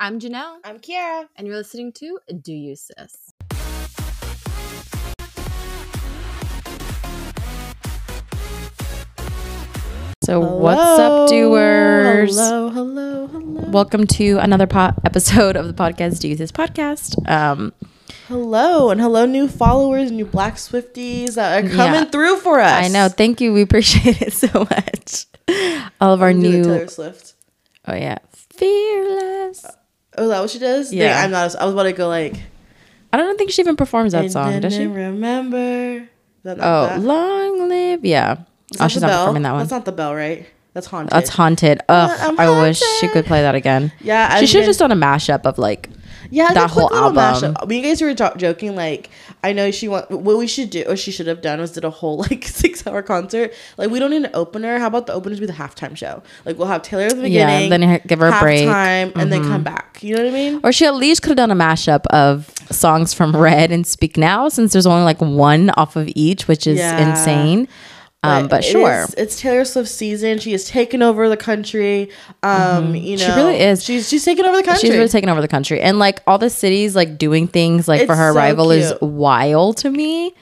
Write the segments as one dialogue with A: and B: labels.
A: I'm Janelle,
B: I'm Kiara.
A: and you're listening to Do You Sis?
C: So what's up, doers?
B: Hello, hello, hello.
C: Welcome to another po- episode of the podcast. Do you this podcast? Um,
B: Hello, and hello, new followers, new Black Swifties that are coming
C: Yeah.
B: through for us.
C: I know. Thank you. We appreciate it so much. All of our
B: Do the
C: new.
B: Taylor Swift.
C: Oh yeah, fearless.
B: Oh, is that what she does? Dang,
C: Yeah.
B: I'm not. I was about to go like.
C: I don't think she even performs that
B: and
C: song,
B: then
C: does
B: I
C: she?
B: Remember. Is that not
C: Oh,
B: that?
C: long live. Yeah.
B: Is
C: Oh,
B: the
C: she's not
B: bell?
C: performing that one.
B: That's not the bell, right? That's haunted.
C: That's haunted. Ugh,
B: I'm
C: I wish she
B: haunted.
C: could play that again.
B: Yeah, I
C: she
B: was
C: should
B: gonna-
C: have just done a mashup of like.
B: yeah, it's
C: that
B: a quick
C: whole
B: little
C: album.
B: mashup. When you guys were jo- joking, like I know she want what we should do, or she should have done, was did a whole like six hour concert. Like we don't need an opener. How about the openers be the halftime show? Like we'll have Taylor at the
C: Yeah,
B: beginning,
C: then her- give her a break. Mm-hmm.
B: halftime, and then come back. You know what I mean?
C: Or she at least could have done a mashup of songs from Red and Speak Now, since there's only like one off of each, which is
B: Yeah.
C: insane. Um, but
B: it
C: sure,
B: is- it's Taylor Swift's season. She has taken over the country. Um, you know,
C: Mm-hmm. She really is.
B: She's she's taken over the country.
C: she's really taken over the country, and like all the cities like doing things like for
B: It's
C: her
B: so
C: arrival is
B: cute.
C: wild to me.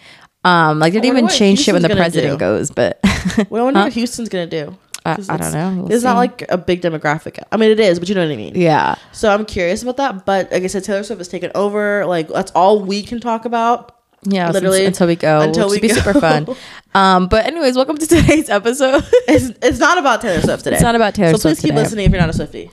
C: Um, like they
B: wonder
C: didn't even
B: what
C: change shit when
B: Houston's
C: the
B: gonna
C: president
B: do.
C: goes, but
B: Well, I wonder what Houston's gonna do.
C: I-
B: 'Cause
C: I don't
B: it's-
C: know. Oh, We'll
B: it's not
C: see.
B: like a big demographic. I mean, it is, but you know what I mean.
C: yeah,
B: So I'm curious about that. But like I said, Taylor Swift has taken over. Like that's all we can talk about.
C: yeah, since-
B: Literally,
C: until we go,
B: until
C: until
B: we
C: we be
B: go.
C: super fun. Um, but anyways, welcome to today's episode.
B: It's, it's not about Taylor Swift today.
C: It's not about Taylor
B: so
C: Swift
B: please keep
C: today.
B: listening if you're not a Swiftie.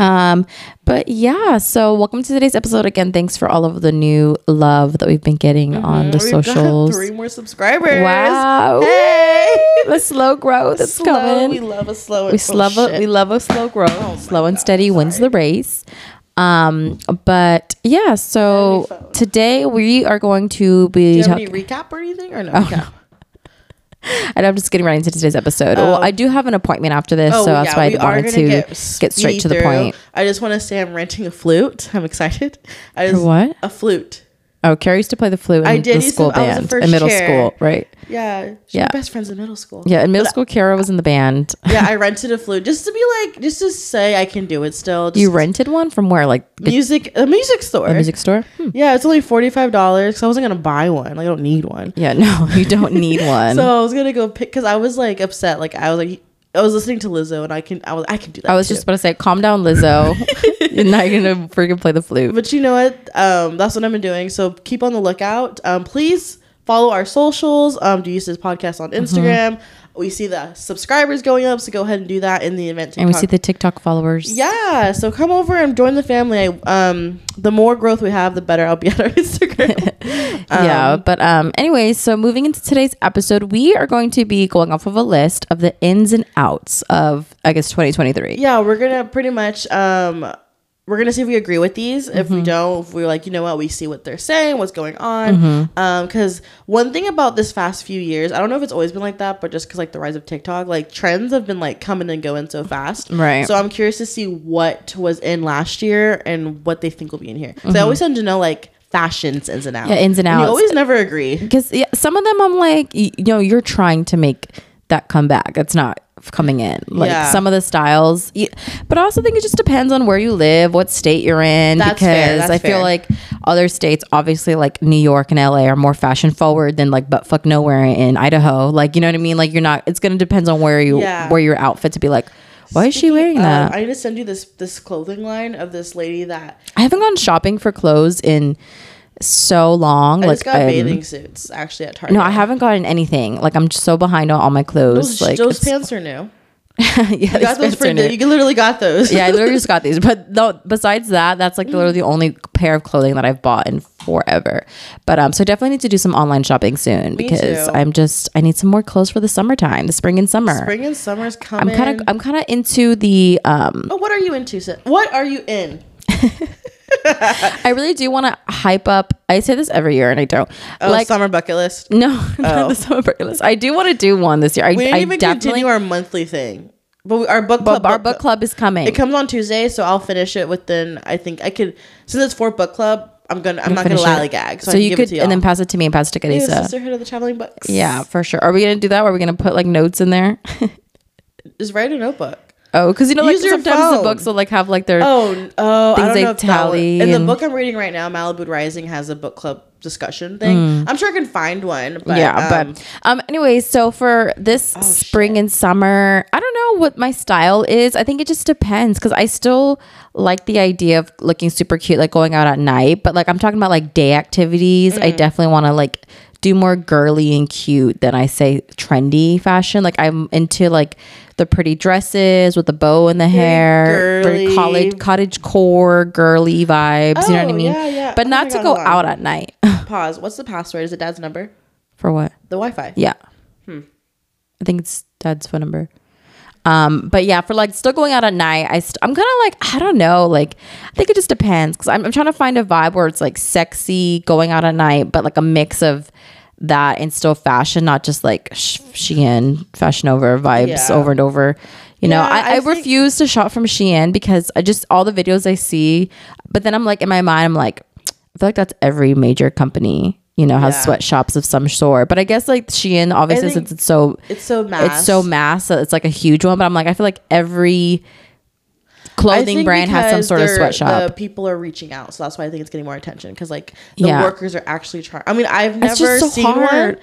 C: Um, but yeah, so welcome to today's episode again. Thanks for all of the new love that we've been getting on the
B: Mm-hmm. We've
C: socials.
B: got three more subscribers.
C: Wow.
B: Hey.
C: The slow growth is
B: Slow,
C: coming.
B: We
C: We,
B: love a slow. oh,
C: love a,
B: shit. Oh
C: we love a slow growth.
B: my
C: slow and steady wins the race. Um, but yeah,
B: That'd be
C: so
B: fun.
C: today we are going to be
B: Do you have
C: talking.
B: any recap or anything or no?
C: Oh,
B: recap?
C: and I'm just getting right into today's episode. well, I do have an appointment after this, so
B: Oh.
C: that's
B: yeah,
C: why
B: we
C: I
B: are
C: wanted
B: gonna
C: to
B: get,
C: get straight to the
B: speed through.
C: point.
B: I just want to say I'm renting a flute. I'm excited. I
C: For
B: just,
C: what?
B: A flute.
C: Oh, Carrie used to play the flute in
B: I did
C: the
B: used to- I
C: school
B: was the
C: band
B: first
C: in middle
B: chair.
C: school, right?
B: Yeah. She's
C: Yeah.
B: my best friends in middle school.
C: Yeah, in middle school, Kara was in the band.
B: yeah, I rented a flute just to be like, just to say I can do it still. Just
C: You rented one from where? Like the
B: music, a music store.
C: music store? Hmm.
B: Yeah, it's only forty five dollars because I wasn't gonna buy one. Like I don't need one.
C: Yeah, no, you don't need one.
B: So I was gonna go pick because I was like upset. Like I was like I was listening to Lizzo and I can I was I can do that.
C: I was
B: too.
C: just about to say, calm down, Lizzo. You're not gonna freaking play the flute.
B: But you know what? Um, that's what I've been doing. So keep on the lookout. Um, please follow our socials. Um, do you use this podcast
C: Mm-hmm.
B: on Instagram? We see the subscribers going up, so go ahead and do that in the event.
C: And we see
B: TikTok.
C: the TikTok followers.
B: Yeah, so come over and join the family. I, um, the more growth we have, the better I'll be at our Instagram.
C: yeah. But um, anyway, so moving into today's episode, we are going to be going off of a list of the ins and outs of I guess 2023.
B: yeah, we're gonna pretty much um, we're gonna see if we agree with these. If
C: Mm-hmm.
B: we don't, if we're like, you know what, we see what they're saying, what's going on.
C: Mm-hmm.
B: Um, because one thing about this past few years, I don't know if it's always been like that, but just because like the rise of TikTok, like trends have been like coming and going so fast.
C: Right.
B: So I'm curious to see what was in last year and what they think will be in here. So I always tend to know like fashions ins and outs.
C: Mm-hmm. Yeah, ins and
B: You
C: outs.
B: always never agree.
C: Because yeah, some of them I'm like, y- you know, you're trying to make that comeback. It's not f- coming in. Like
B: Yeah.
C: some of the styles, y- but I also think it just depends on where you live, what state you're in.
B: That's
C: because
B: fair, that's
C: I feel
B: fair.
C: like other states, obviously, like New York and LA, are more fashion forward than like but fuck nowhere in Idaho. Like you know what I mean? Like you're not. It's gonna depend on where you
B: Yeah.
C: where your outfit to be like. Why is she
B: Speaking
C: wearing
B: of,
C: that?
B: Um, I need to send you this this clothing line of this lady that
C: I haven't gone shopping for clothes in so long.
B: I
C: like
B: just got
C: I'm-
B: bathing suits actually at Target.
C: No, I haven't gotten anything. Like I'm just so behind on all my clothes.
B: Those,
C: like
B: those
C: it's-
B: pants are new.
C: yeah,
B: You got
C: these
B: those for
C: pants are new.
B: you literally got those.
C: yeah, I literally just got these. But no, besides that, that's like literally the only pair of clothing that I've bought in forever. But um, so I definitely need to do some online shopping soon because
B: too.
C: I'm just I need some more clothes for the summertime, the spring and summer.
B: Spring and summer's coming.
C: I'm kind of I'm kind of into the um.
B: Oh, what are you into? Sid? What are you in?
C: I really do want to hype up. I say this every year and I don't
B: Oh,
C: like.
B: summer bucket list.
C: no, not the summer bucket list. I do want to do one this year. I,
B: We didn't
C: I
B: even
C: definitely.
B: continue our monthly thing, but we, our book
C: But
B: club.
C: our book club is coming.
B: It comes on Tuesday, so I'll finish it within. I think I could since it's for book club. I'm gonna. I'm not gonna
C: Finish it.
B: lollygag. So, I can
C: you
B: give
C: could,
B: it to
C: and then pass it to me and pass it to
B: Hey,
C: Kadesa.
B: sisterhood of the traveling books.
C: Yeah, for sure. Are we gonna do that? Are we gonna put like notes in there?
B: just write a notebook.
C: Oh, because you know, like
B: Use your
C: sometimes the
B: phone.
C: books will like have like their.
B: Oh, n- oh,
C: Things
B: I don't
C: like
B: know if that one-
C: Tally
B: In the
C: and-
B: book I'm reading right now, Malibu Rising has a book club discussion thing. I'm sure I can find one. But,
C: Hmm.
B: Oh,
C: yeah,
B: um,
C: but um, anyway, so for this spring and summer, I don't know what my style is. I think it just depends because I still like the idea of looking super cute, like going out at night. But like I'm talking about like day activities,
B: Mm-hmm.
C: I definitely want to like do more girly and cute than I say trendy fashion. Like I'm into like the pretty dresses with the bow in the hair, very
B: girly.
C: college cottage core girly vibes. you know what I
B: Oh,
C: mean?
B: yeah, yeah.
C: But
B: Oh my
C: not to
B: God,
C: go
B: hold on.
C: out at night
B: pause. What's the password? Is it dad's number?
C: for what.
B: The Wi-Fi.
C: Yeah.
B: Hmm.
C: I think it's dad's phone number. Um, but yeah, for like still going out at night, I st- I'm kind of like I don't know, like I think it just depends because I'm, I'm trying to find a vibe where it's like sexy going out at night, but like a mix of that and still fashion, not just like sh- Shein fashion over vibes
B: Yeah.
C: over and over. You know,
B: Yeah,
C: I, I,
B: I think-
C: refuse to shop from Shein because I just all the videos I see, but then I'm like in my mind, I'm like, I feel like that's every major company. You know, has
B: Yeah.
C: sweatshops of some sort, but I guess like Shein, obviously,
B: think-
C: since it's so
B: It's so mass.
C: it's so mass that it's like a huge one. But I'm like, I feel like every
B: I
C: clothing
B: think
C: brand has some
B: because
C: sort of
B: they're- uh,
C: sweatshop.
B: The people are reaching out, so that's why I think it's getting more attention because like the
C: Yeah.
B: workers are actually trying. I mean, I've
C: It's just
B: never
C: so
B: seen
C: hard.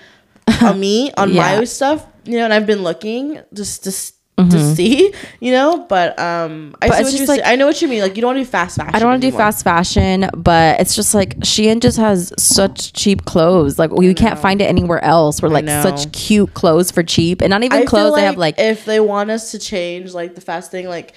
B: one on me on
C: Yeah.
B: my stuff, you know, and I've been looking just to. s To see, you know, but um, I
C: Mm-hmm. But
B: see
C: it's
B: what you
C: just, like-
B: say. I know what you mean. Like you don't want to do fast fashion.
C: I don't want to do
B: anymore.
C: fast fashion, but it's just like Shein just has such cheap clothes. Like you can't find it anywhere else. Where like
B: know.
C: such cute clothes for cheap, and not even
B: I
C: clothes.
B: feel like
C: they have like
B: if they want us to change like the fast thing, like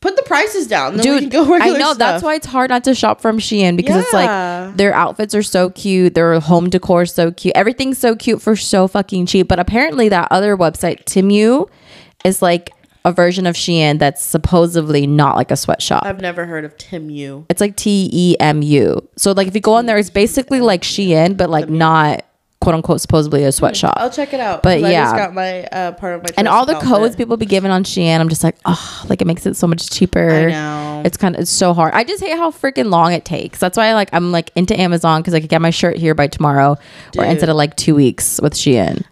B: put the prices down. Then we can go
C: I
B: regular
C: know that's
B: stuff.
C: why it's hard not to shop from Shein because it's
B: Yeah.
C: like their outfits are so cute, their home decor is so cute, everything's so cute for so fucking cheap. But apparently, that other website Timu is like a version of Shein that's supposedly not like a sweatshop.
B: I've never heard of Tim U.
C: it's like T E M U. So like if you go on there, it's basically like Shein, but like not quote unquote supposedly a sweatshop.
B: I'll check it out.
C: But
B: 'cause I
C: yeah.
B: just got my uh, part of my
C: and all the
B: choices outfit.
C: codes people be giving on Shein, I'm just like, oh, like it makes it so much cheaper.
B: I know.
C: It's kind of it's so hard. I just hate how freaking long it takes. That's why I like I'm like into Amazon because I could get my shirt here by tomorrow, or instead of like two weeks with Shein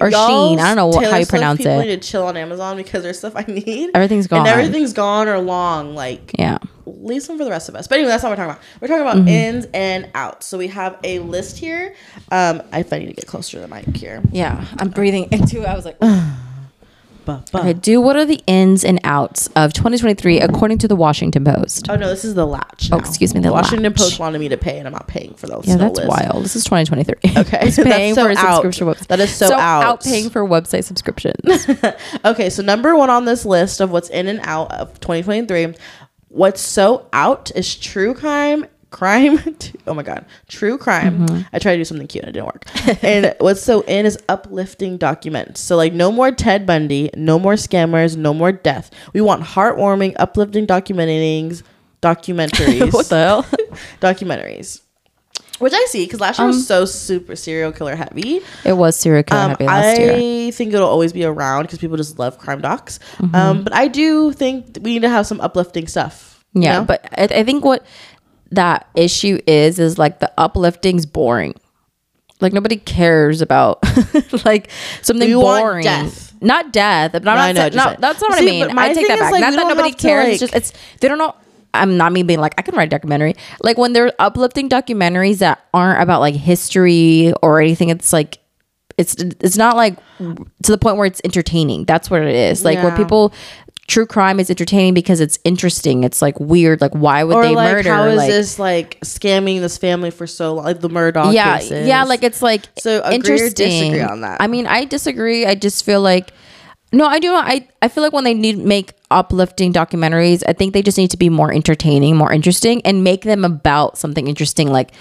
C: or
B: Y'all
C: Sheen. I don't know what,
B: Taylor
C: how you
B: Swift
C: pronounce
B: people
C: it.
B: Need to chill on Amazon because there's stuff I need.
C: Everything's gone.
B: And everything's gone or long. Like
C: Yeah.
B: leave some for the rest of us. But anyway, that's not what we're talking about. We're talking about
C: Mm-hmm.
B: ins and outs. So we have a list here. Um, if I need to get closer to the mic here.
C: Yeah, I'm breathing into. it. I was like,
B: But,
C: okay, do what are the ins and outs of 2023 according to the Washington Post?
B: Oh no, this is the latch.
C: Oh,
B: now.
C: excuse me, the
B: Washington
C: latch.
B: Post wanted me to pay, and I'm not paying for those.
C: Yeah,
B: no
C: that's
B: list.
C: wild. This is 2023.
B: Okay,
C: It's
B: that's
C: paying
B: so
C: for a
B: out.
C: subscription website.
B: That is so out.
C: paying for website subscriptions.
B: Okay, so number one on this list of what's in and out of 2023, what's so out is true crime. Crime, oh my god, true crime.
C: Mm-hmm.
B: I tried to do something cute and it didn't work. and what's so in is uplifting documents. So, like, no more Ted Bundy, no more scammers, no more death. We want heartwarming, uplifting documentaries, documentaries,
C: what the hell?
B: documentaries, which I see because last year
C: Um,
B: was so super serial killer heavy.
C: It was serial killer
B: Um,
C: heavy last
B: I
C: year.
B: think it'll always be around because people just love crime docs.
C: Mm-hmm.
B: Um, but I do think th- we need to have some uplifting stuff. you
C: Yeah,
B: know?
C: but I, I think what that issue is is like the uplifting's boring. Like nobody cares about like something
B: We want
C: boring.
B: death.
C: Not death. But I'm
B: No,
C: not
B: I know
C: sa-
B: what you're
C: not-
B: saying.
C: that's not what I
B: See,
C: mean.
B: but my
C: I take
B: thing
C: that
B: is,
C: back.
B: like,
C: not
B: we
C: that
B: don't
C: nobody
B: have to,
C: cares. it's
B: like-
C: just it's they don't know. I'm not me being like I can write a documentary. Like when they're uplifting documentaries that aren't about like history or anything. It's like it's it's not like to the point where it's entertaining. That's what it is. Like where
B: Yeah.
C: people true crime is entertaining because it's interesting. It's like weird. Like why would
B: or
C: they
B: like,
C: murder?
B: how is
C: like,
B: this like scamming this family for so long? Like the Murdoch
C: yeah,
B: cases.
C: yeah. Like it's like
B: So agree or
C: interesting.
B: disagree on that?
C: I mean, I disagree. I just feel like no, I do. not- I I feel like when they need make uplifting documentaries, I think they just need to be more entertaining, more interesting, and make them about something interesting. Like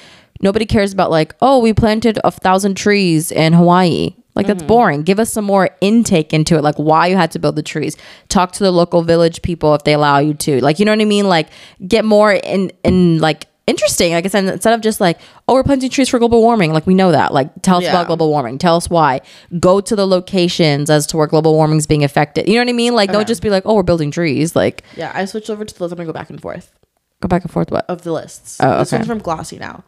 C: nobody cares about like oh, we planted a thousand trees in Hawaii. Like that's boring. Give us some more intake into it, like why you had to build the trees. Talk to the local village people if they allow you to. Like you know what I mean. Like get more in in like interesting. Like I said, instead of just like oh, we're planting trees for global warming. Like we know that. Like tell us
B: Yeah.
C: about global global warming. Tell us why. Go to the locations as to where global warming's being affected. You know what I mean? Like don't just be like, oh, we're building trees. Like
B: yeah. I switched over to the list. I'm gonna go back and forth
C: go back and forth. What?
B: of the lists.
C: Oh,
B: This
C: okay.
B: one's from Glossy now.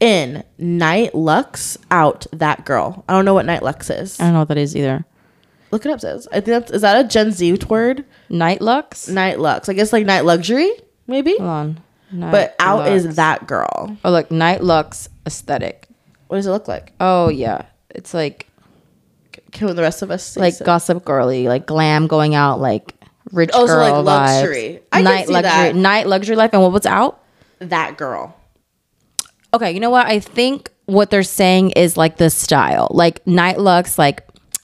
B: In Night Lux, out that girl. I don't know what Night Lux is.
C: Uh. I don't know what that is either.
B: Look it up, says. I think that's is that a Gen Z word?
C: Night Lux?
B: Night lux. I guess like night luxury, maybe.
C: Hold on. Night
B: But out
C: Lux.
B: is that girl.
C: Oh, look, Night Lux aesthetic.
B: What does it look like?
C: Oh, yeah. It's like
B: Can the rest of us see
C: like
B: some-
C: gossip girly, like glam going out, like rich
B: Oh, so, like,
C: girl vibes.
B: luxury. I can
C: night
B: see
C: luxury,
B: that.
C: night luxury life, and what was out?
B: that girl?
C: Okay, you know what? I think what they're saying is like the style, like night lux, like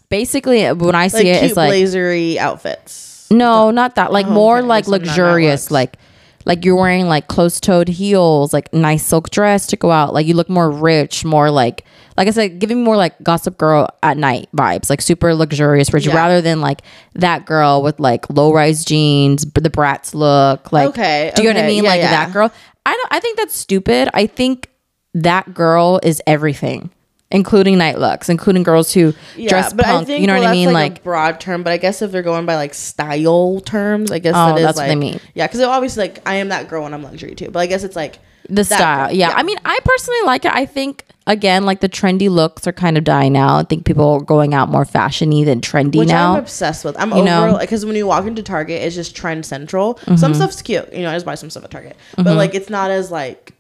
C: basically when I see
B: Like
C: it,
B: cute
C: it's like
B: blazery outfits.
C: no, not that, like more
B: Oh, okay,
C: like
B: so not night
C: luxurious,
B: lux.
C: like like you're wearing like closed-toed heels, like nice silk dress to go out, like you look more rich, more like like I said, giving more like gossip girl at night vibes, like super luxurious rich,
B: Yeah.
C: rather than like that girl with like low-rise jeans, b- the brats look, like
B: Okay,
C: do you know what I
B: okay,
C: mean?
B: yeah,
C: like
B: yeah.
C: that girl. I don't. I think that's stupid. I think that girl is everything, including night looks, including girls who dress punk. you know
B: well,
C: what I
B: that's,
C: mean?
B: Like,
C: Like,
B: a broad term, but I guess if they're going by like style terms, I guess
C: Oh,
B: that is
C: that's what
B: like
C: they mean.
B: yeah, because obviously like I am that girl when I'm luxury too, but I guess it's like
C: the
B: that
C: style.
B: girl,
C: Yeah.
B: yeah.
C: I mean, I personally like it. I think again, like the trendy looks are kind of dying out. I think people are going out more fashiony than trendy
B: which
C: now.
B: I'm obsessed with. I'm
C: You know? Mm-hmm.
B: over because when you walk into Target, it's just trend central. Some stuff's cute, you know. I just buy some stuff at Target, but like it's not as like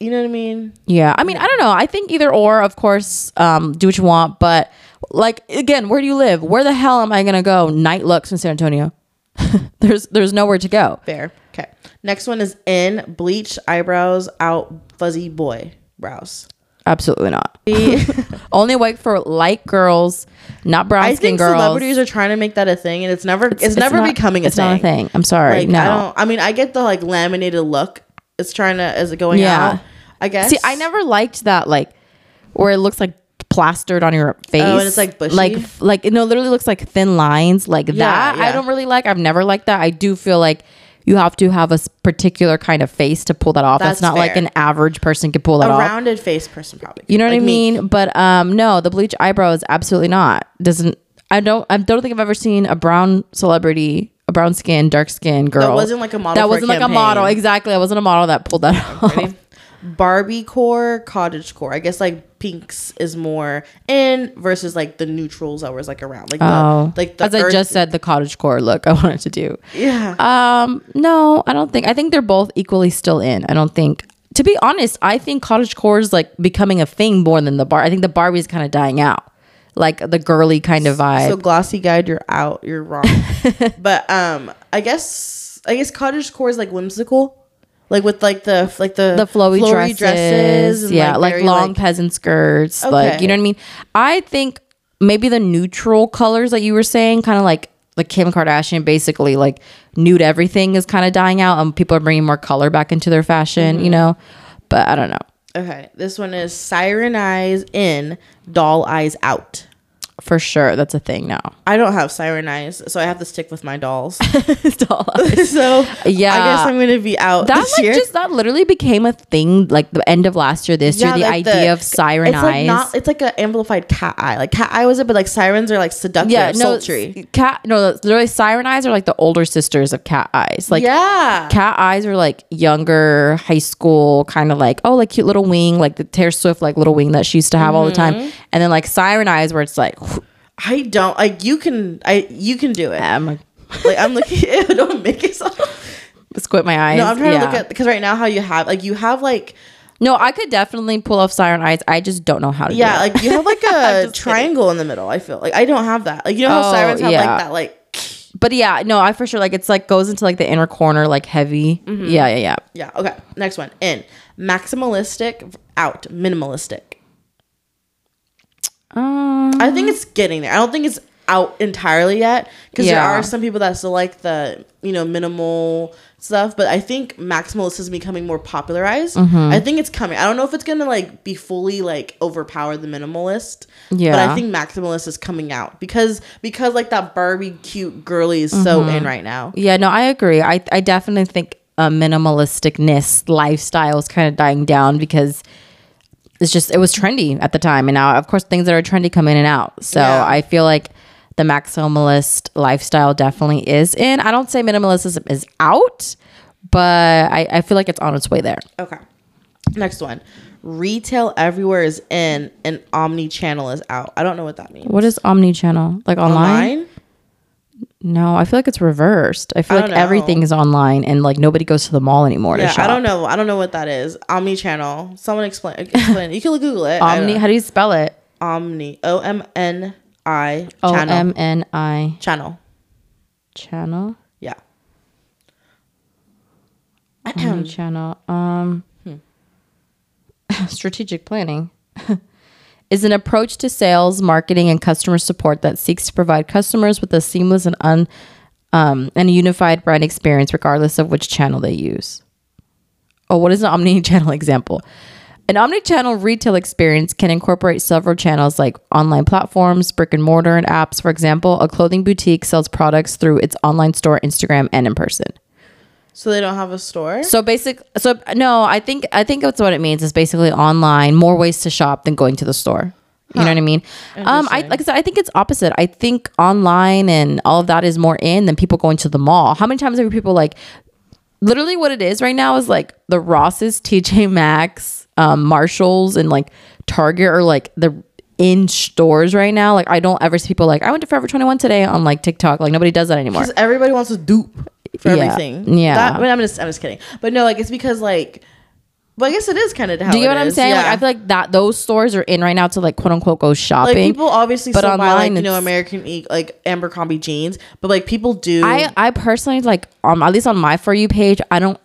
B: you know what I mean.
C: Yeah, I mean, I don't know. I think either or, of course, um, do what you want. But like again, where do you live? Where the hell am I gonna go? Night looks in San Antonio. there's there's nowhere to go.
B: Fair. Okay. Next one is in bleach eyebrows out fuzzy boy brows.
C: Absolutely not.
B: I
C: Only white for light girls, not brown skin
B: think
C: girls.
B: celebrities are trying to make that a thing, and it's never it's, never
C: not-
B: becoming a
C: it's
B: thing.
C: not a thing. I'm sorry.
B: Like
C: no.
B: I don't. I mean, I get the like laminated look. It's trying to is it going
C: Yeah.
B: out? I guess.
C: See, I never liked that like where it looks like plastered on your face.
B: Oh, and it's, like, bushy?
C: Like f- like no, it literally looks like thin lines like that. I
B: yeah.
C: don't really like. I've never liked that. I do feel like you have to have a s- particular kind of face to pull that off. That's,
B: That's
C: not like
B: fair.
C: an average person could pull
B: A
C: that off.
B: rounded face person probably.
C: You know what
B: Like
C: I
B: me.
C: mean? But um no, the bleach eyebrow is absolutely not. Doesn't I don't I don't think I've ever seen a brown celebrity, a brown skin, dark skinned girl.
B: wasn't like a model
C: That
B: for a
C: wasn't like a model.
B: campaign.
C: Exactly. I wasn't a model that pulled that off.
B: Ready? Barbie core, cottage core. I guess like pinks is more in versus like the neutrals that was like around. Like
C: Oh,
B: the, like the
C: as I
B: earth-
C: just said, the cottage core look I wanted to do.
B: Yeah.
C: Um, no, I don't think. I think they're both equally still in. I don't think. To be honest, I think cottage core is like becoming a thing more than the bar. I think the Barbie is kind of dying out, like the girly kind of vibe.
B: so glossy guide, you're out. You're wrong. but um, I guess I guess cottage core is like whimsical. Like with like the like the
C: the flowy,
B: flowery
C: dresses, yeah, like,
B: very,
C: long peasant skirts, like you know what I mean. I think maybe the neutral colors that you were saying, kind of like the Kim Kardashian, basically like nude everything is kind of dying out, and people are bringing more color back into their fashion,
B: Mm-hmm.
C: you know. But I don't know.
B: Okay, this one is siren eyes in, doll eyes out.
C: For sure, that's a thing now.
B: I don't have siren eyes, so I have to stick with my dolls.
C: Doll eyes.
B: so
C: Yeah.
B: I guess I'm gonna be out
C: That
B: this
C: like
B: year.
C: just that literally became a thing like the end of last year, this
B: Yeah,
C: year. The
B: like
C: idea of siren
B: it's
C: eyes.
B: Like not, it's like an amplified cat eye. Like cat eye was it, but like sirens are like seductive, sultry.
C: s- Cat, no, literally, Siren Eyes are like the older sisters of Cat Eyes. Like,
B: yeah,
C: Cat Eyes are like younger, high school, kind of like, oh, like cute little wing, like the Taylor Swift, like little wing that she used to have all the time.
B: Mm-hmm.
C: And then like Siren Eyes, where it's like,
B: I don't like you can. I you can do it.
C: I'm like,
B: Like I'm looking. Ew, don't make it. So,
C: squint my eyes.
B: no, I'm trying to look
C: Yeah.
B: at because right now how you have like you have like
C: No, I could definitely pull off Siren Eyes. I just don't know how to.
B: yeah
C: do it.
B: like you have like a triangle in the middle. I feel like I don't have that. Like you know how
C: Oh,
B: sirens have
C: yeah.
B: like that like.
C: but yeah, no, I for sure like it's like goes into like the inner corner, like heavy.
B: Mm-hmm.
C: Yeah, yeah, yeah.
B: Yeah. Okay. Next one. In maximalistic, out minimalistic.
C: Um,
B: I think it's getting there. I don't think it's out entirely yet because there
C: Yeah.
B: are some people that still like the you know minimal stuff, but I think maximalist is becoming more popularized.
C: Mm-hmm.
B: I think it's coming. I don't know if it's gonna like be fully like overpower the minimalist. But
C: Yeah.
B: I think maximalist is coming out because because like that Barbie cute girly is so
C: Mm-hmm.
B: in right now.
C: Yeah, no, I agree. I I definitely think a minimalisticness lifestyle is kind of dying down because it's just it was trendy at the time, and now of course things that are trendy come in and out. So
B: Yeah.
C: I feel like the maximalist lifestyle definitely is in. I don't say minimalism is out, but I, I feel like it's on its way there.
B: Okay. Next one. Retail everywhere is in and omni channel is out. I don't know what that means.
C: What is omni channel like online?
B: Online?
C: No, I feel like it's reversed. I feel
B: I
C: like
B: don't know.
C: everything is online and like nobody goes to the mall anymore to
B: Yeah,
C: shop.
B: I don't know. I don't know what that is. Omni channel. Someone explain. explain. You can Google it. I don't
C: Omni,
B: know.
C: how do you spell it?
B: Omni. O M N I
C: O
B: channel.
C: M N I
B: channel.
C: channel.
B: Yeah.
C: Omni channel. Um, strategic planning is an approach to sales, marketing, and customer support that seeks to provide customers with a seamless and un um, and a unified brand experience, regardless of which channel they use. Oh, what is an omni-channel example? An omni-channel retail experience can incorporate several channels like online platforms, brick and mortar, and apps. For example, a clothing boutique sells products through its online store, Instagram, and in person.
B: So they don't have a store.
C: So basic. So no, I think I think that's what it means. Is basically online more ways to shop than going to the store. You know what I mean? Um, I like I said, I think it's opposite. I think online and all of that is more in than people going to the mall. How many times have people like? Literally, what it is right now is like the Rosses, TJ Maxx, um, Marshalls, and like Target are like the in stores right now. Like I don't ever see people like I went to Forever Twenty One today on like TikTok. Like nobody does that anymore.
B: Because everybody wants a dupe for
C: Yeah.
B: everything.
C: Yeah.
B: That, I mean, I'm just, I'm just kidding. But no, like it's because like, well, I guess it is kind of.
C: Do you get what I'm saying? Like I feel like that those stores are in right now to like quote unquote go shopping.
B: like people obviously
C: but
B: still buy like
C: online
B: you know
C: it's-
B: American e- like Abercrombie jeans, but like people do.
C: I I personally like um at least on my for you page I don't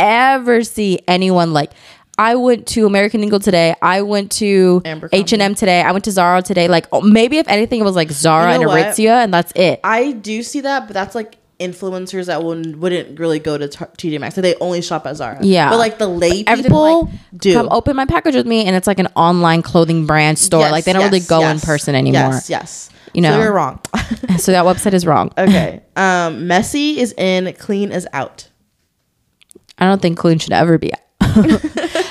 C: ever see anyone like I went to American Eagle today. I went to
B: Abercrombie.
C: H and M today. I went to Zara today. Like oh, maybe if anything it was like Zara
B: You know
C: and
B: what?
C: Aritzia and that's it.
B: I do see that, but that's like influencers that wouldn't wouldn't really go to Tar- TJ Maxx. Like they only shop at Zara.
C: Yeah.
B: but like the lay
C: Everything,
B: people
C: like,
B: do.
C: come open my package with me and it's like an online clothing brand store.
B: Yes,
C: like they don't
B: yes,
C: really go in
B: yes,
C: person anymore.
B: Yes, yes.
C: You
B: So
C: know.
B: you're wrong.
C: So that website is wrong.
B: okay. Um, messy is in, clean is out.
C: I don't think clean should ever be out. but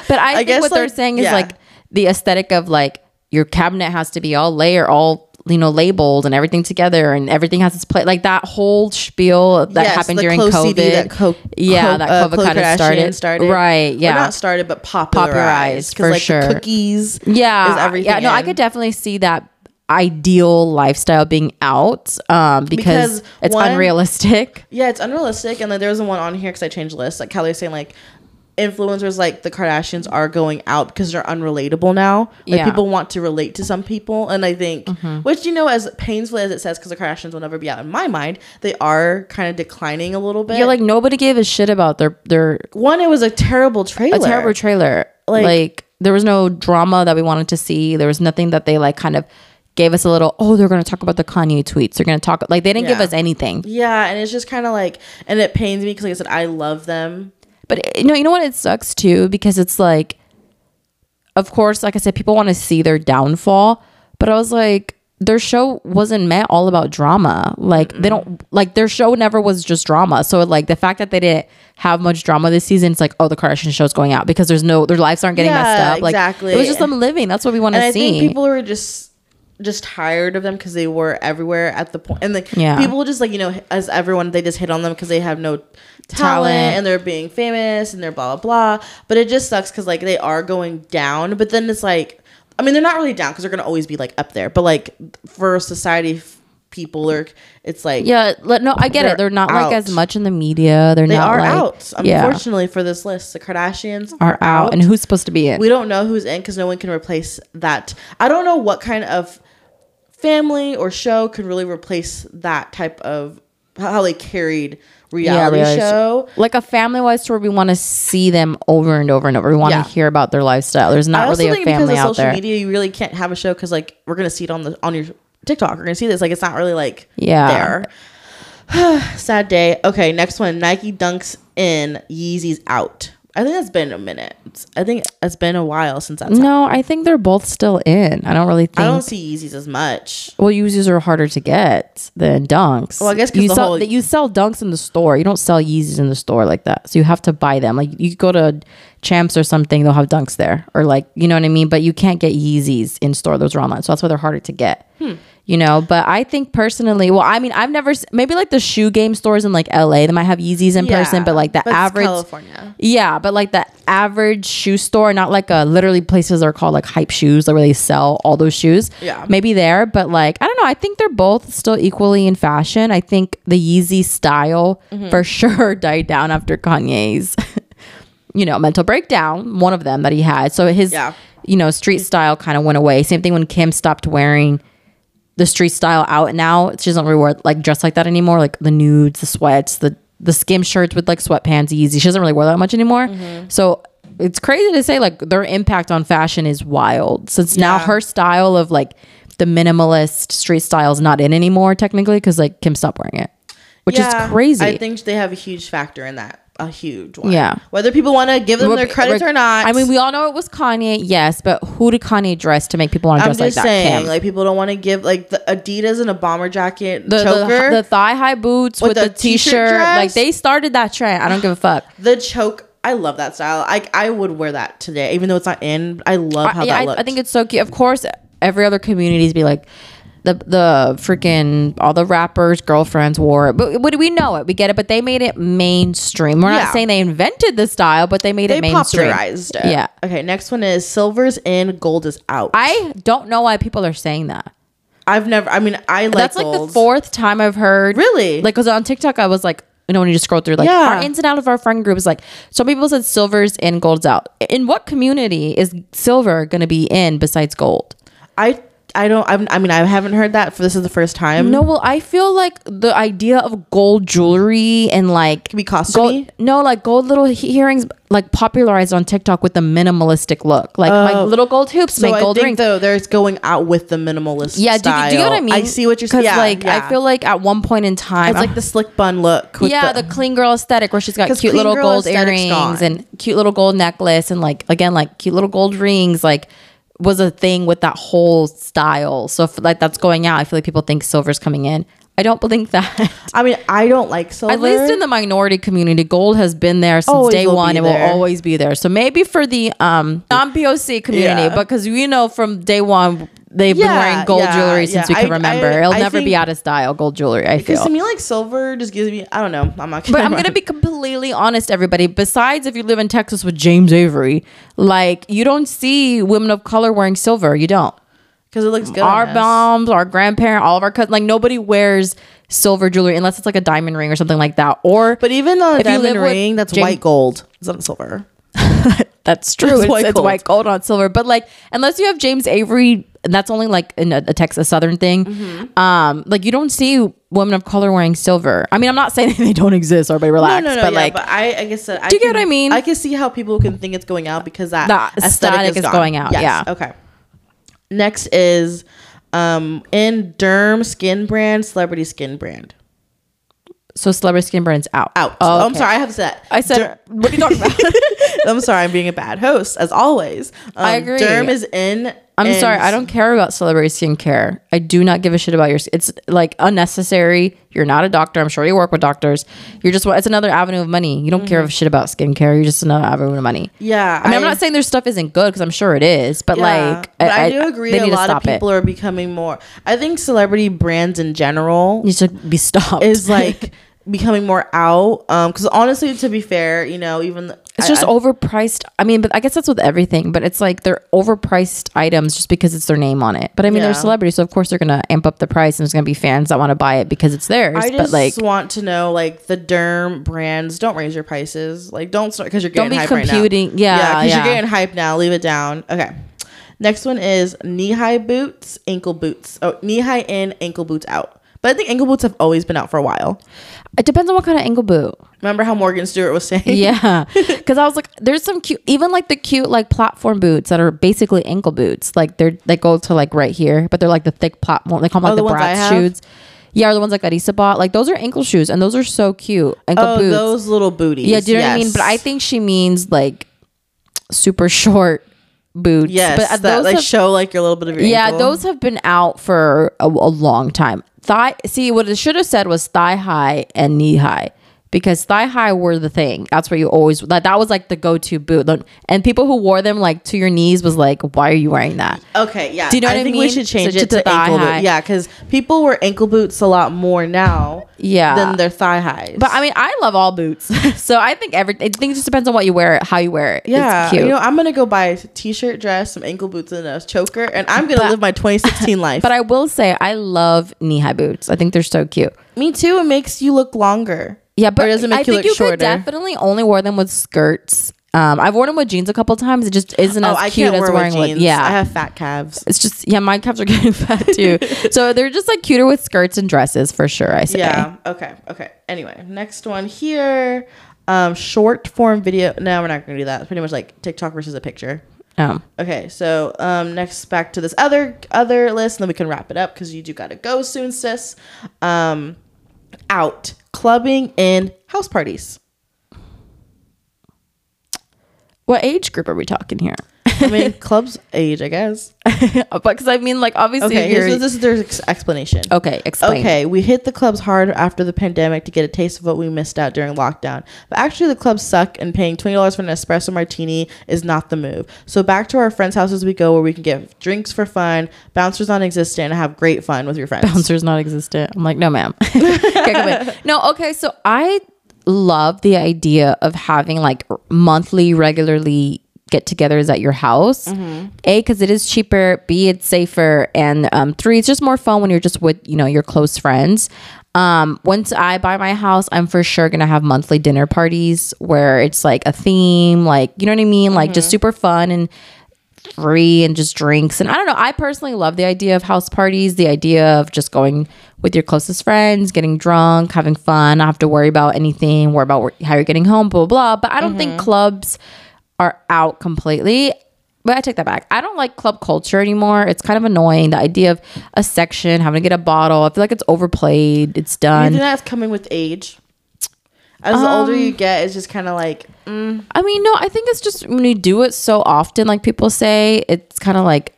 C: I, think
B: guess,
C: what they're
B: like,
C: saying is
B: yeah.
C: like the aesthetic of like your cabinet has to be all layer, all you know, labeled and everything together, and everything has its place. Like that whole spiel that
B: Yes,
C: happened
B: the
C: during
B: close
C: COVID.
B: CD that Co-
C: yeah,
B: Co-
C: that
B: uh,
C: COVID
B: Khloe
C: kind of
B: Kardashian
C: started. right?
B: Or
C: Yeah,
B: not started, but popularized.
C: Popularized,
B: 'cause,
C: for
B: like, the
C: sure.
B: cookies.
C: yeah,
B: is everything.
C: yeah. No, I
B: in.
C: could definitely see that ideal lifestyle being out um, because,
B: Because
C: it's
B: one-
C: unrealistic.
B: Yeah, it's unrealistic. And then there was one on here because I changed lists. Like Kelly was saying, like influencers like the Kardashians are going out because they're unrelatable now. Like
C: Yeah. Mm-hmm.
B: people want to relate to some people, and I think, which you know, as painful as it says, because the Kardashians will never be out in my mind, they are kind of declining a little bit.
C: You're like nobody gave a shit about their their
B: one, it was a terrible trailer.
C: a terrible trailer. Like,
B: Like-
C: there was no drama that we wanted to see. There was nothing that they like kind of gave us a little. Oh, they're going to talk about the Kanye tweets. They're going to talk like they didn't give
B: Yeah.
C: us anything.
B: yeah, and it's just kind of like, and it pains me because, like I said, I love them.
C: But eh, you know, you know what? It sucks too because it's like, of course, like I said, people want to see their downfall. But I was like, their show wasn't meant all about drama. Like they don't like their show never was just drama. So like the fact that they didn't have much drama this season, it's like, oh, the Kardashian show's going out because there's no their lives aren't getting
B: Yeah,
C: messed up. Like it was
B: exactly.
C: just them living. That's what we want
B: and
C: to
B: I
C: see.
B: think people were just just tired of them because they were everywhere at the point, and like
C: Yeah.
B: people just like you know as everyone they just hit on them because they have no talent,
C: Talent.
B: and they're being famous and they're blah blah blah. But it just sucks because like they are going down, but then it's like I mean they're not really down because they're gonna always be like up there, but like for society f- people are it's like
C: Yeah, let, no, I get it.
B: They're
C: They're not like as
B: out.
C: much in the media. They're
B: they
C: not
B: are
C: like,
B: out
C: Yeah,
B: unfortunately for this list. The Kardashians
C: are out. And who's supposed to be in?
B: we don't know who's in because no one can replace that. I don't know what kind of family or show could really replace that type of how they carried reality
C: reality
B: show.
C: like a family-wise tour, we want to see them over and over and over. We want to
B: Yeah.
C: hear about their lifestyle. There's
B: I
C: not
B: also
C: really a
B: think because
C: family
B: of
C: out
B: social
C: there.
B: media, you really can't have a show because like we're gonna see it on the on your TikTok. We're gonna see this. Like it's not really like
C: Yeah.
B: there. Sad day. Okay, next one. Nike dunks in, Yeezys out. I think that's been a minute. I think it's been a while since that's. happened.
C: No, I think they're both still in. I don't really think.
B: I don't see Yeezys as much.
C: well, Yeezys are harder to get than dunks. Well,
B: I guess 'cause
C: you
B: the
C: sell
B: whole-
C: you sell dunks in the store. You don't sell Yeezys in the store like that. So you have to buy them. Like you go to Champs or something, they'll have
B: Hmm.
C: dunks there, or like you know what I mean. But you can't get Yeezys in store. Those are online, so that's why they're harder to get. you know but i think personally well i mean i've never s- maybe like the shoe game stores in like la they might have yeezys in person but like the
B: it's
C: average
B: California.
C: yeah but like the average shoe store not like a literally places that are called like hype shoes like where they sell all those shoes
B: Yeah.
C: maybe there but like i don't know i think they're both still equally in fashion i think the yeezy style
B: Mm-hmm.
C: for sure died down after kanye's you know, mental breakdown, one of them that he had. So his,
B: Yeah.
C: you know, street style kind of went away. Same thing when Kim stopped wearing the street style out now. She doesn't really wear like dress like that anymore. Like the nudes, the sweats, the the skim shirts with like sweatpants, easy. She doesn't really wear that much anymore.
B: Mm-hmm.
C: So it's crazy to say like their impact on fashion is wild. Since now
B: Yeah.
C: her style of like the minimalist street style is not in anymore technically because like Kim stopped wearing it, which
B: Yeah,
C: is crazy.
B: I think they have a huge factor in that. A huge one.
C: Yeah.
B: Whether people want to give them
C: Well,
B: their
C: but-
B: credit
C: reg-
B: or not.
C: I mean, we all know it was Kanye, yes, but who did Kanye dress to make people want to
B: I'm
C: dress
B: just
C: like that?
B: saying,
C: Kim?
B: like people don't want to give like the Adidas and a bomber jacket
C: the,
B: choker.
C: the, the thigh high boots with,
B: With
C: the
B: the t-shirt
C: t shirt, like
B: dress?
C: they started that trend. I don't give a fuck.
B: the choke i love that style i i would wear that today even though it's not in i love how
C: I, yeah,
B: that
C: I-
B: looks
C: I, think it's so cute. Of course, every other community's be like the the freaking all the rappers' girlfriends wore it, but what do we know it? We get it, but they made it mainstream. We're
B: Yeah.
C: not saying they invented the style, but they made
B: they
C: it mainstream.
B: popularized it
C: Yeah,
B: okay next one is silver's in gold is out I,
C: I don't know why people are saying that.
B: i've never i mean i like
C: That's like
B: gold
C: the fourth time I've heard.
B: Really?
C: Like, because on TikTok, I was like, you know, when you just scroll through, like,
B: Yeah.
C: our ins and out of our friend group is like, some people said silver's in, gold's out. In what community is silver going to be in besides gold?
B: i i don't I'm, i mean i haven't heard that for this is the first time
C: No, well, I feel like the idea of gold jewelry and like
B: Can be costumey?
C: gold, no, like gold little he- earrings, like popularized on TikTok with the minimalistic look, like like little gold hoops
B: so
C: make
B: i
C: gold
B: think
C: rings.
B: though there's going out with the minimalist
C: yeah, do,
B: style.
C: do you know what I mean?
B: i see what you're
C: Because
B: saying yeah,
C: like I feel like at one point in time,
B: it's like the slick bun look with
C: yeah, the, clean girl aesthetic where she's got
B: 'Cause
C: cute
B: clean
C: little
B: girl
C: gold
B: aesthetic's
C: earrings
B: gone.
C: and cute little gold necklace and like again like cute little gold rings like was a thing with that whole style. So if like that's going out, I feel like people think silver's coming in. I don't think that.
B: i mean i don't like silver
C: At least in the minority community, gold has been there since
B: Always
C: day
B: will
C: one
B: be
C: and
B: there.
C: will always be there. So maybe for the um, non POC community,
B: Yeah.
C: because we know from day one they've
B: Yeah,
C: been wearing gold
B: yeah,
C: jewelry since
B: yeah.
C: we can
B: I-
C: remember.
B: I-
C: It'll
B: I
C: never
B: think-
C: be out of style, gold jewelry. I feel
B: because to me like silver just gives me i don't know i'm not
C: but I'm gonna be completely honest, everybody. Besides, if you live in Texas with James Avery, like you don't see women of color wearing silver. You don't.
B: because it looks good
C: Our
B: on us.
C: moms, our grandparent, all of our cousins, like nobody wears silver jewelry unless it's like a diamond ring or something like that. Or
B: But even on a
C: If you
B: diamond
C: live with
B: ring, that's
C: Jane-
B: white gold. It's not silver.
C: that's true.
B: It's
C: It's,
B: white
C: it's
B: gold.
C: white gold on silver. But like unless you have James Avery, and that's only like in a, a Texas Southern thing.
B: Mm-hmm.
C: Um, like you don't see women of color wearing silver. I mean, I'm not saying they don't exist. Everybody relax. but
B: yeah,
C: like
B: but I, I guess that I
C: Do you get what I mean?
B: I can see how people can think it's going out because that
C: The aesthetic is
B: gone.
C: going out, yeah.
B: Okay. Next is um in derm skin brand, celebrity skin brand.
C: so celebrity skin brands out.
B: Out. Um,
C: Oh,
B: I'm
C: okay.
B: sorry, I have said that.
C: I said,
B: Derm-
C: what are you talking about?
B: I'm sorry, I'm being a bad host as always. Um,
C: I agree.
B: Derm is in.
C: I'm
B: and
C: sorry. I don't care about celebrity skincare. I do not give a shit about your. It's like unnecessary. You're not a doctor. I'm sure you work with doctors. You're just. It's another avenue of money. You don't care a shit about skincare. You're just another avenue of money.
B: Mm-hmm. Yeah,
C: I mean, I, am not saying their stuff isn't good because I'm sure it is, but
B: Yeah,
C: like,
B: but I, do agree.
C: they
B: a
C: need to
B: lot of
C: stop it.
B: people are becoming more. I think celebrity brands in general
C: It should be stopped.
B: is like becoming more out. Um, because honestly, to be fair, you know, even
C: It's
B: I-
C: just
B: I-
C: overpriced. I mean, but I guess that's with everything. But it's like they're overpriced items just because it's their name on it. But I mean,
B: Yeah.
C: they're celebrities, so of course they're gonna amp up the price, and there's gonna be fans that want to buy it because it's theirs.
B: I
C: but
B: just
C: like,
B: want to know like the derm brands. Don't raise your prices. Like don't start because you're
C: Don't
B: getting
C: be
B: hype right now.
C: computing- yeah,
B: because
C: yeah.
B: you're getting hype now. Leave it down. Okay. Next one is knee high boots, ankle boots. Oh, knee high in, ankle boots out. But I think ankle boots have always been out for a while.
C: it depends on what kind of ankle boot.
B: Remember how Morgan Stewart was saying?
C: Yeah, because I was like, there's some cute, even like the cute like platform boots that are basically ankle boots. Like they're they go to like right here, but they're like the thick platform. They call them
B: Oh,
C: like
B: the
C: the,
B: ones I
C: Bratz
B: have?
C: shoes. Yeah, or the ones like Adisa bought. Like those are ankle shoes, and those are so cute. Ankle
B: Oh,
C: boots.
B: those little booties.
C: Yeah, do you know what I mean?
B: Yes.
C: But I think she means like super short boots.
B: yes,
C: but uh,
B: but that like
C: have-
B: show like your little bit of your
C: yeah,
B: ankle.
C: those have been out for a, a long time. Thigh. See, what it should have said was thigh high and knee high because thigh high were the thing. That's where you always that that was like the go to boot. Like, And people who wore them like to your knees was like, why are you wearing that?
B: Okay, yeah.
C: Do you know
B: I
C: what I
B: think
C: mean?
B: we should change
C: So
B: it
C: just
B: to
C: the thigh
B: ankle
C: high.
B: boot. Yeah, because people wear ankle boots a lot more now
C: Yeah.
B: than their thigh highs.
C: But I mean, I love all boots, so I think every I think it just depends on what you wear, how you wear it.
B: yeah,
C: it's cute.
B: you know, I'm gonna go buy a t-shirt, dress, some ankle boots, and a choker, and I'm gonna
C: But-
B: live my 2016 life.
C: but I will say, I love knee high boots. I think they're so cute.
B: me too. It makes you look longer.
C: Yeah, but
B: it doesn't make
C: I
B: you
C: think
B: look
C: you
B: shorter.
C: could definitely only wear them with skirts. Um, I've worn them with jeans a couple times. It just isn't as
B: oh, I
C: cute
B: can't
C: as
B: wear
C: wearing
B: with
C: with
B: jeans.
C: yeah.
B: I have fat calves.
C: it's just yeah, my caps are getting fat too. so they're just like cuter with skirts and dresses for sure. I say.
B: Yeah. Okay. Okay. Anyway, next one here. Um, short form video. No, we're not gonna do that. It's pretty much like TikTok versus a picture.
C: Um,
B: Okay, so um, next back to this other other list, and then we can wrap it up because you do gotta go soon, sis. Um, out clubbing and house parties.
C: what age group are we talking here?
B: I mean, clubs age, I guess.
C: but because I mean, like obviously,
B: Okay,
C: if you're,
B: here's, this is their ex- explanation.
C: okay, explain.
B: Okay, we hit the clubs hard after the pandemic to get a taste of what we missed out during lockdown. But actually, the clubs suck, and paying twenty dollars for an espresso martini is not the move. So back to our friends' houses we go, where we can get drinks for fun, bouncers non-existent, and have great fun with your friends.
C: bouncer's not existent. I'm like, no, ma'am. Okay, come in. No, okay. So I love the idea of having like r- monthly, regularly get togethers at your house. A, because it is cheaper. B, it's safer. And um, three, it's just more fun when you're just with, you know, your close friends. Um, once I buy my house, I'm for sure gonna have monthly dinner parties where it's like a theme, like, you know what I mean? Like just super fun and free and just drinks. And I don't know. I personally love the idea of house parties, the idea of just going with your closest friends, getting drunk, having fun, not have to worry about anything, worry about where, how you're getting home, blah, blah, blah. But I don't think clubs are out completely. But I take that back. I don't like club culture anymore. It's kind of annoying. The idea of a section, having to get a bottle, I feel like it's overplayed. It's
B: I
C: done.
B: think that's coming with age. As the older
C: Um,
B: you get, it's just kind of like
C: I mean, no, I think it's just when you do it so often, like people say, it's kind of like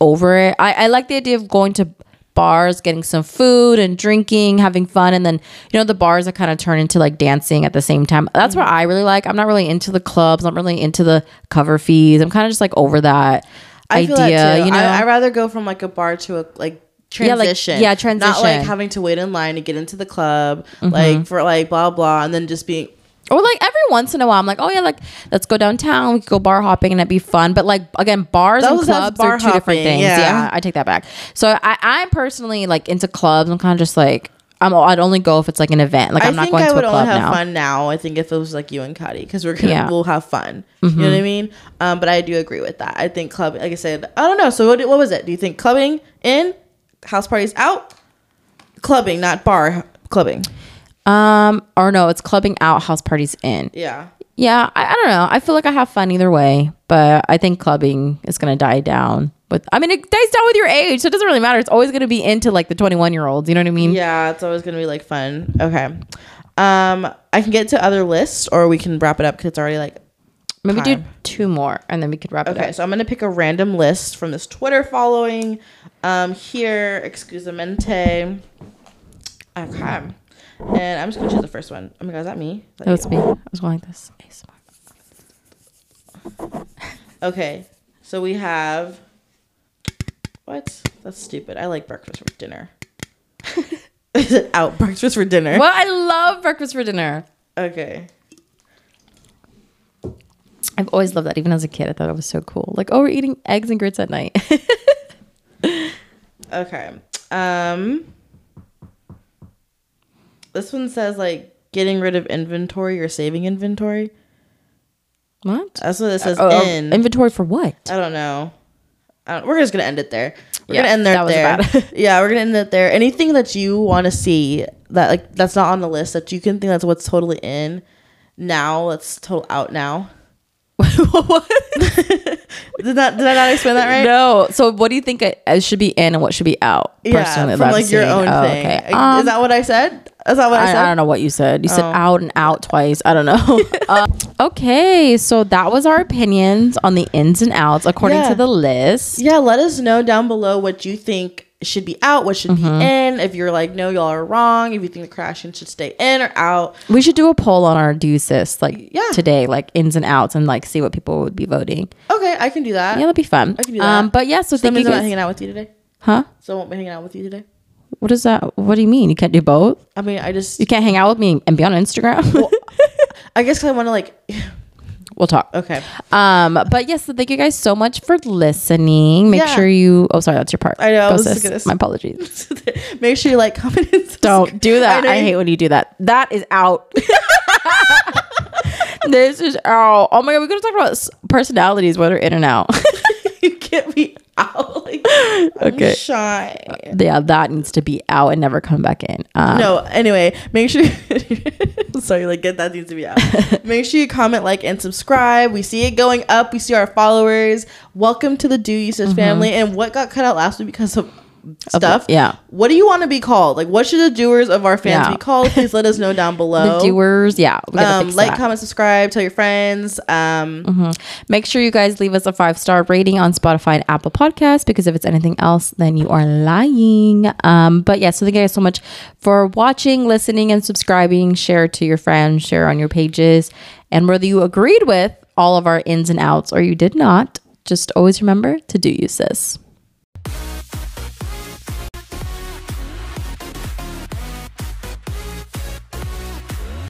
C: over it. I, I like the idea of going to bars, getting some food and drinking, having fun. And then, you know, the bars are kind of turn into like dancing at the same time. That's what I really like. I'm not really into the clubs, I'm really into the cover fees. I'm kind of just like over that
B: I
C: idea,
B: feel that too.
C: you know?
B: I, I'd rather go from like a bar to a like
C: Yeah, like-
B: transition. Not
C: yeah,
B: like
C: transition. Mm-hmm.
B: having to wait in line to get into the club, like for like blah blah, and then just being
C: Or like every once in a while, I'm like, oh yeah, like let's go downtown, we could go bar hopping, and that'd be fun. But like again, bars
B: Those-
C: and
B: that's
C: clubs
B: bar
C: are two different
B: hopping,
C: things.
B: yeah.
C: Yeah. I take that back. So I, I'm personally like into clubs. I'm kind of just like I'm. I'd only go if it's like an event. Like I
B: i
C: am not
B: think
C: going
B: I
C: to a
B: would only
C: club
B: have
C: now.
B: fun now. I think if it was like you and Cuddy, because we're gonna
C: Yeah. Mm-hmm.
B: we'll have fun. You know what I mean? Um, but I do agree with that. I think club, like I said, I don't know. So what, what was it? Do you think clubbing in, house parties out, clubbing not bar clubbing?
C: Um, or no, it's clubbing out, house parties in.
B: Yeah.
C: Yeah, I, I don't know. I feel like I have fun either way, but I think clubbing is gonna die down. With I mean, it dies down with your age, so it doesn't really matter. It's always gonna be into like the 21 year olds. You know what I mean?
B: Yeah, it's always gonna be like fun. Okay, um, I can get to other lists, or we can wrap it up because it's already like
C: Maybe do
B: Time.
C: two more, and then we could wrap it up.
B: okay. So I'm gonna pick a random list from this Twitter following. Um, here, excusamente. Okay, and I'm just gonna choose the first one. Oh my god, is that me? Is that
C: That
B: you?
C: was me. I was going like this. ASMR.
B: Okay, so we have what? That's stupid. I like breakfast for dinner. is it out breakfast for dinner?
C: Well, I love breakfast for dinner.
B: Okay.
C: I've always loved that. Even as a kid, I thought it was so cool. Like, oh, we're eating eggs and grits at night.
B: Okay. Um This one says like getting rid of inventory or saving inventory.
C: what?
B: That's what it says
C: Oh,
B: in.
C: inventory for what?
B: I don't know. I don't, we're just gonna end it there. We're
C: Yeah,
B: gonna end there.
C: that was
B: there.
C: bad.
B: yeah, we're gonna end it there. Anything that you want to see that like that's not on the list that you can think that's what's totally in now. That's total out now.
C: What?
B: Did that? Did I not explain that right?
C: No. So, what do you think it, it should be in and what should be out?
B: Yeah, from
C: that I'm
B: like your
C: seeing?
B: own
C: Oh,
B: thing.
C: Okay.
B: Is
C: Um,
B: that what I said? Is that what I,
C: I,
B: said? Oh.
C: I don't know what you said. You said out and out twice. I don't know. Uh, okay, so that was our opinions on the ins and outs according
B: Yeah.
C: to the list.
B: Yeah, let us know down below what you think should be out, what should be in. If you're like, no, y'all are wrong. If you think the crashing should stay in or out,
C: We should do a poll on our do sis like
B: Yeah.
C: today, like ins and outs, and like see what people would be voting.
B: okay, I can do that.
C: Yeah, that'd be fun.
B: I can do that.
C: Um, but yeah, so thank
B: Someone's
C: you
B: not
C: guys.
B: hanging out with you today.
C: Huh?
B: Someone won't be hanging out with you today.
C: What is that? What do you mean? You can't do both?
B: I mean, I just,
C: You can't hang out with me and be on Instagram? We'll,
B: I guess 'cause I want to like,
C: talk.
B: okay.
C: Um, but yes, so thank you guys so much for listening. Make
B: Yeah.
C: sure you. Oh, sorry, that's your part.
B: I know, I
C: Go,
B: was
C: sis.
B: looking at-
C: My apologies.
B: Make sure you like, comment, and
C: Don't do that.
B: know
C: I,
B: you-
C: hate when you do that. That is out. this is out. Oh my god, we're gonna talk about s- personalities, whether in and out.
B: you get me out. Like,
C: Okay.
B: I'm shy.
C: yeah, that needs to be out and never come back in. Um,
B: No, anyway, make sure. sorry, like get that needs to be out. make sure you comment, like, and subscribe. We see it going up. We see our followers. Welcome to the Do You
C: Mm-hmm.
B: Sis family. And what got cut out last week because of stuff?
C: yeah.
B: What do you want to be called? Like, what should the doers of our fans
C: Yeah.
B: be called? Please let us know down below.
C: The doers, yeah. We gotta
B: um,
C: fix
B: like,
C: that.
B: comment, subscribe. Tell your friends. Um,
C: Make sure you guys leave us a five star rating on Spotify and Apple Podcasts because if it's anything else, then you are lying. Um, but yeah, so thank you guys so much for watching, listening, and subscribing. Share to your friends, share on your pages. And whether you agreed with all of our ins and outs or you did not, just always remember to do you, sis.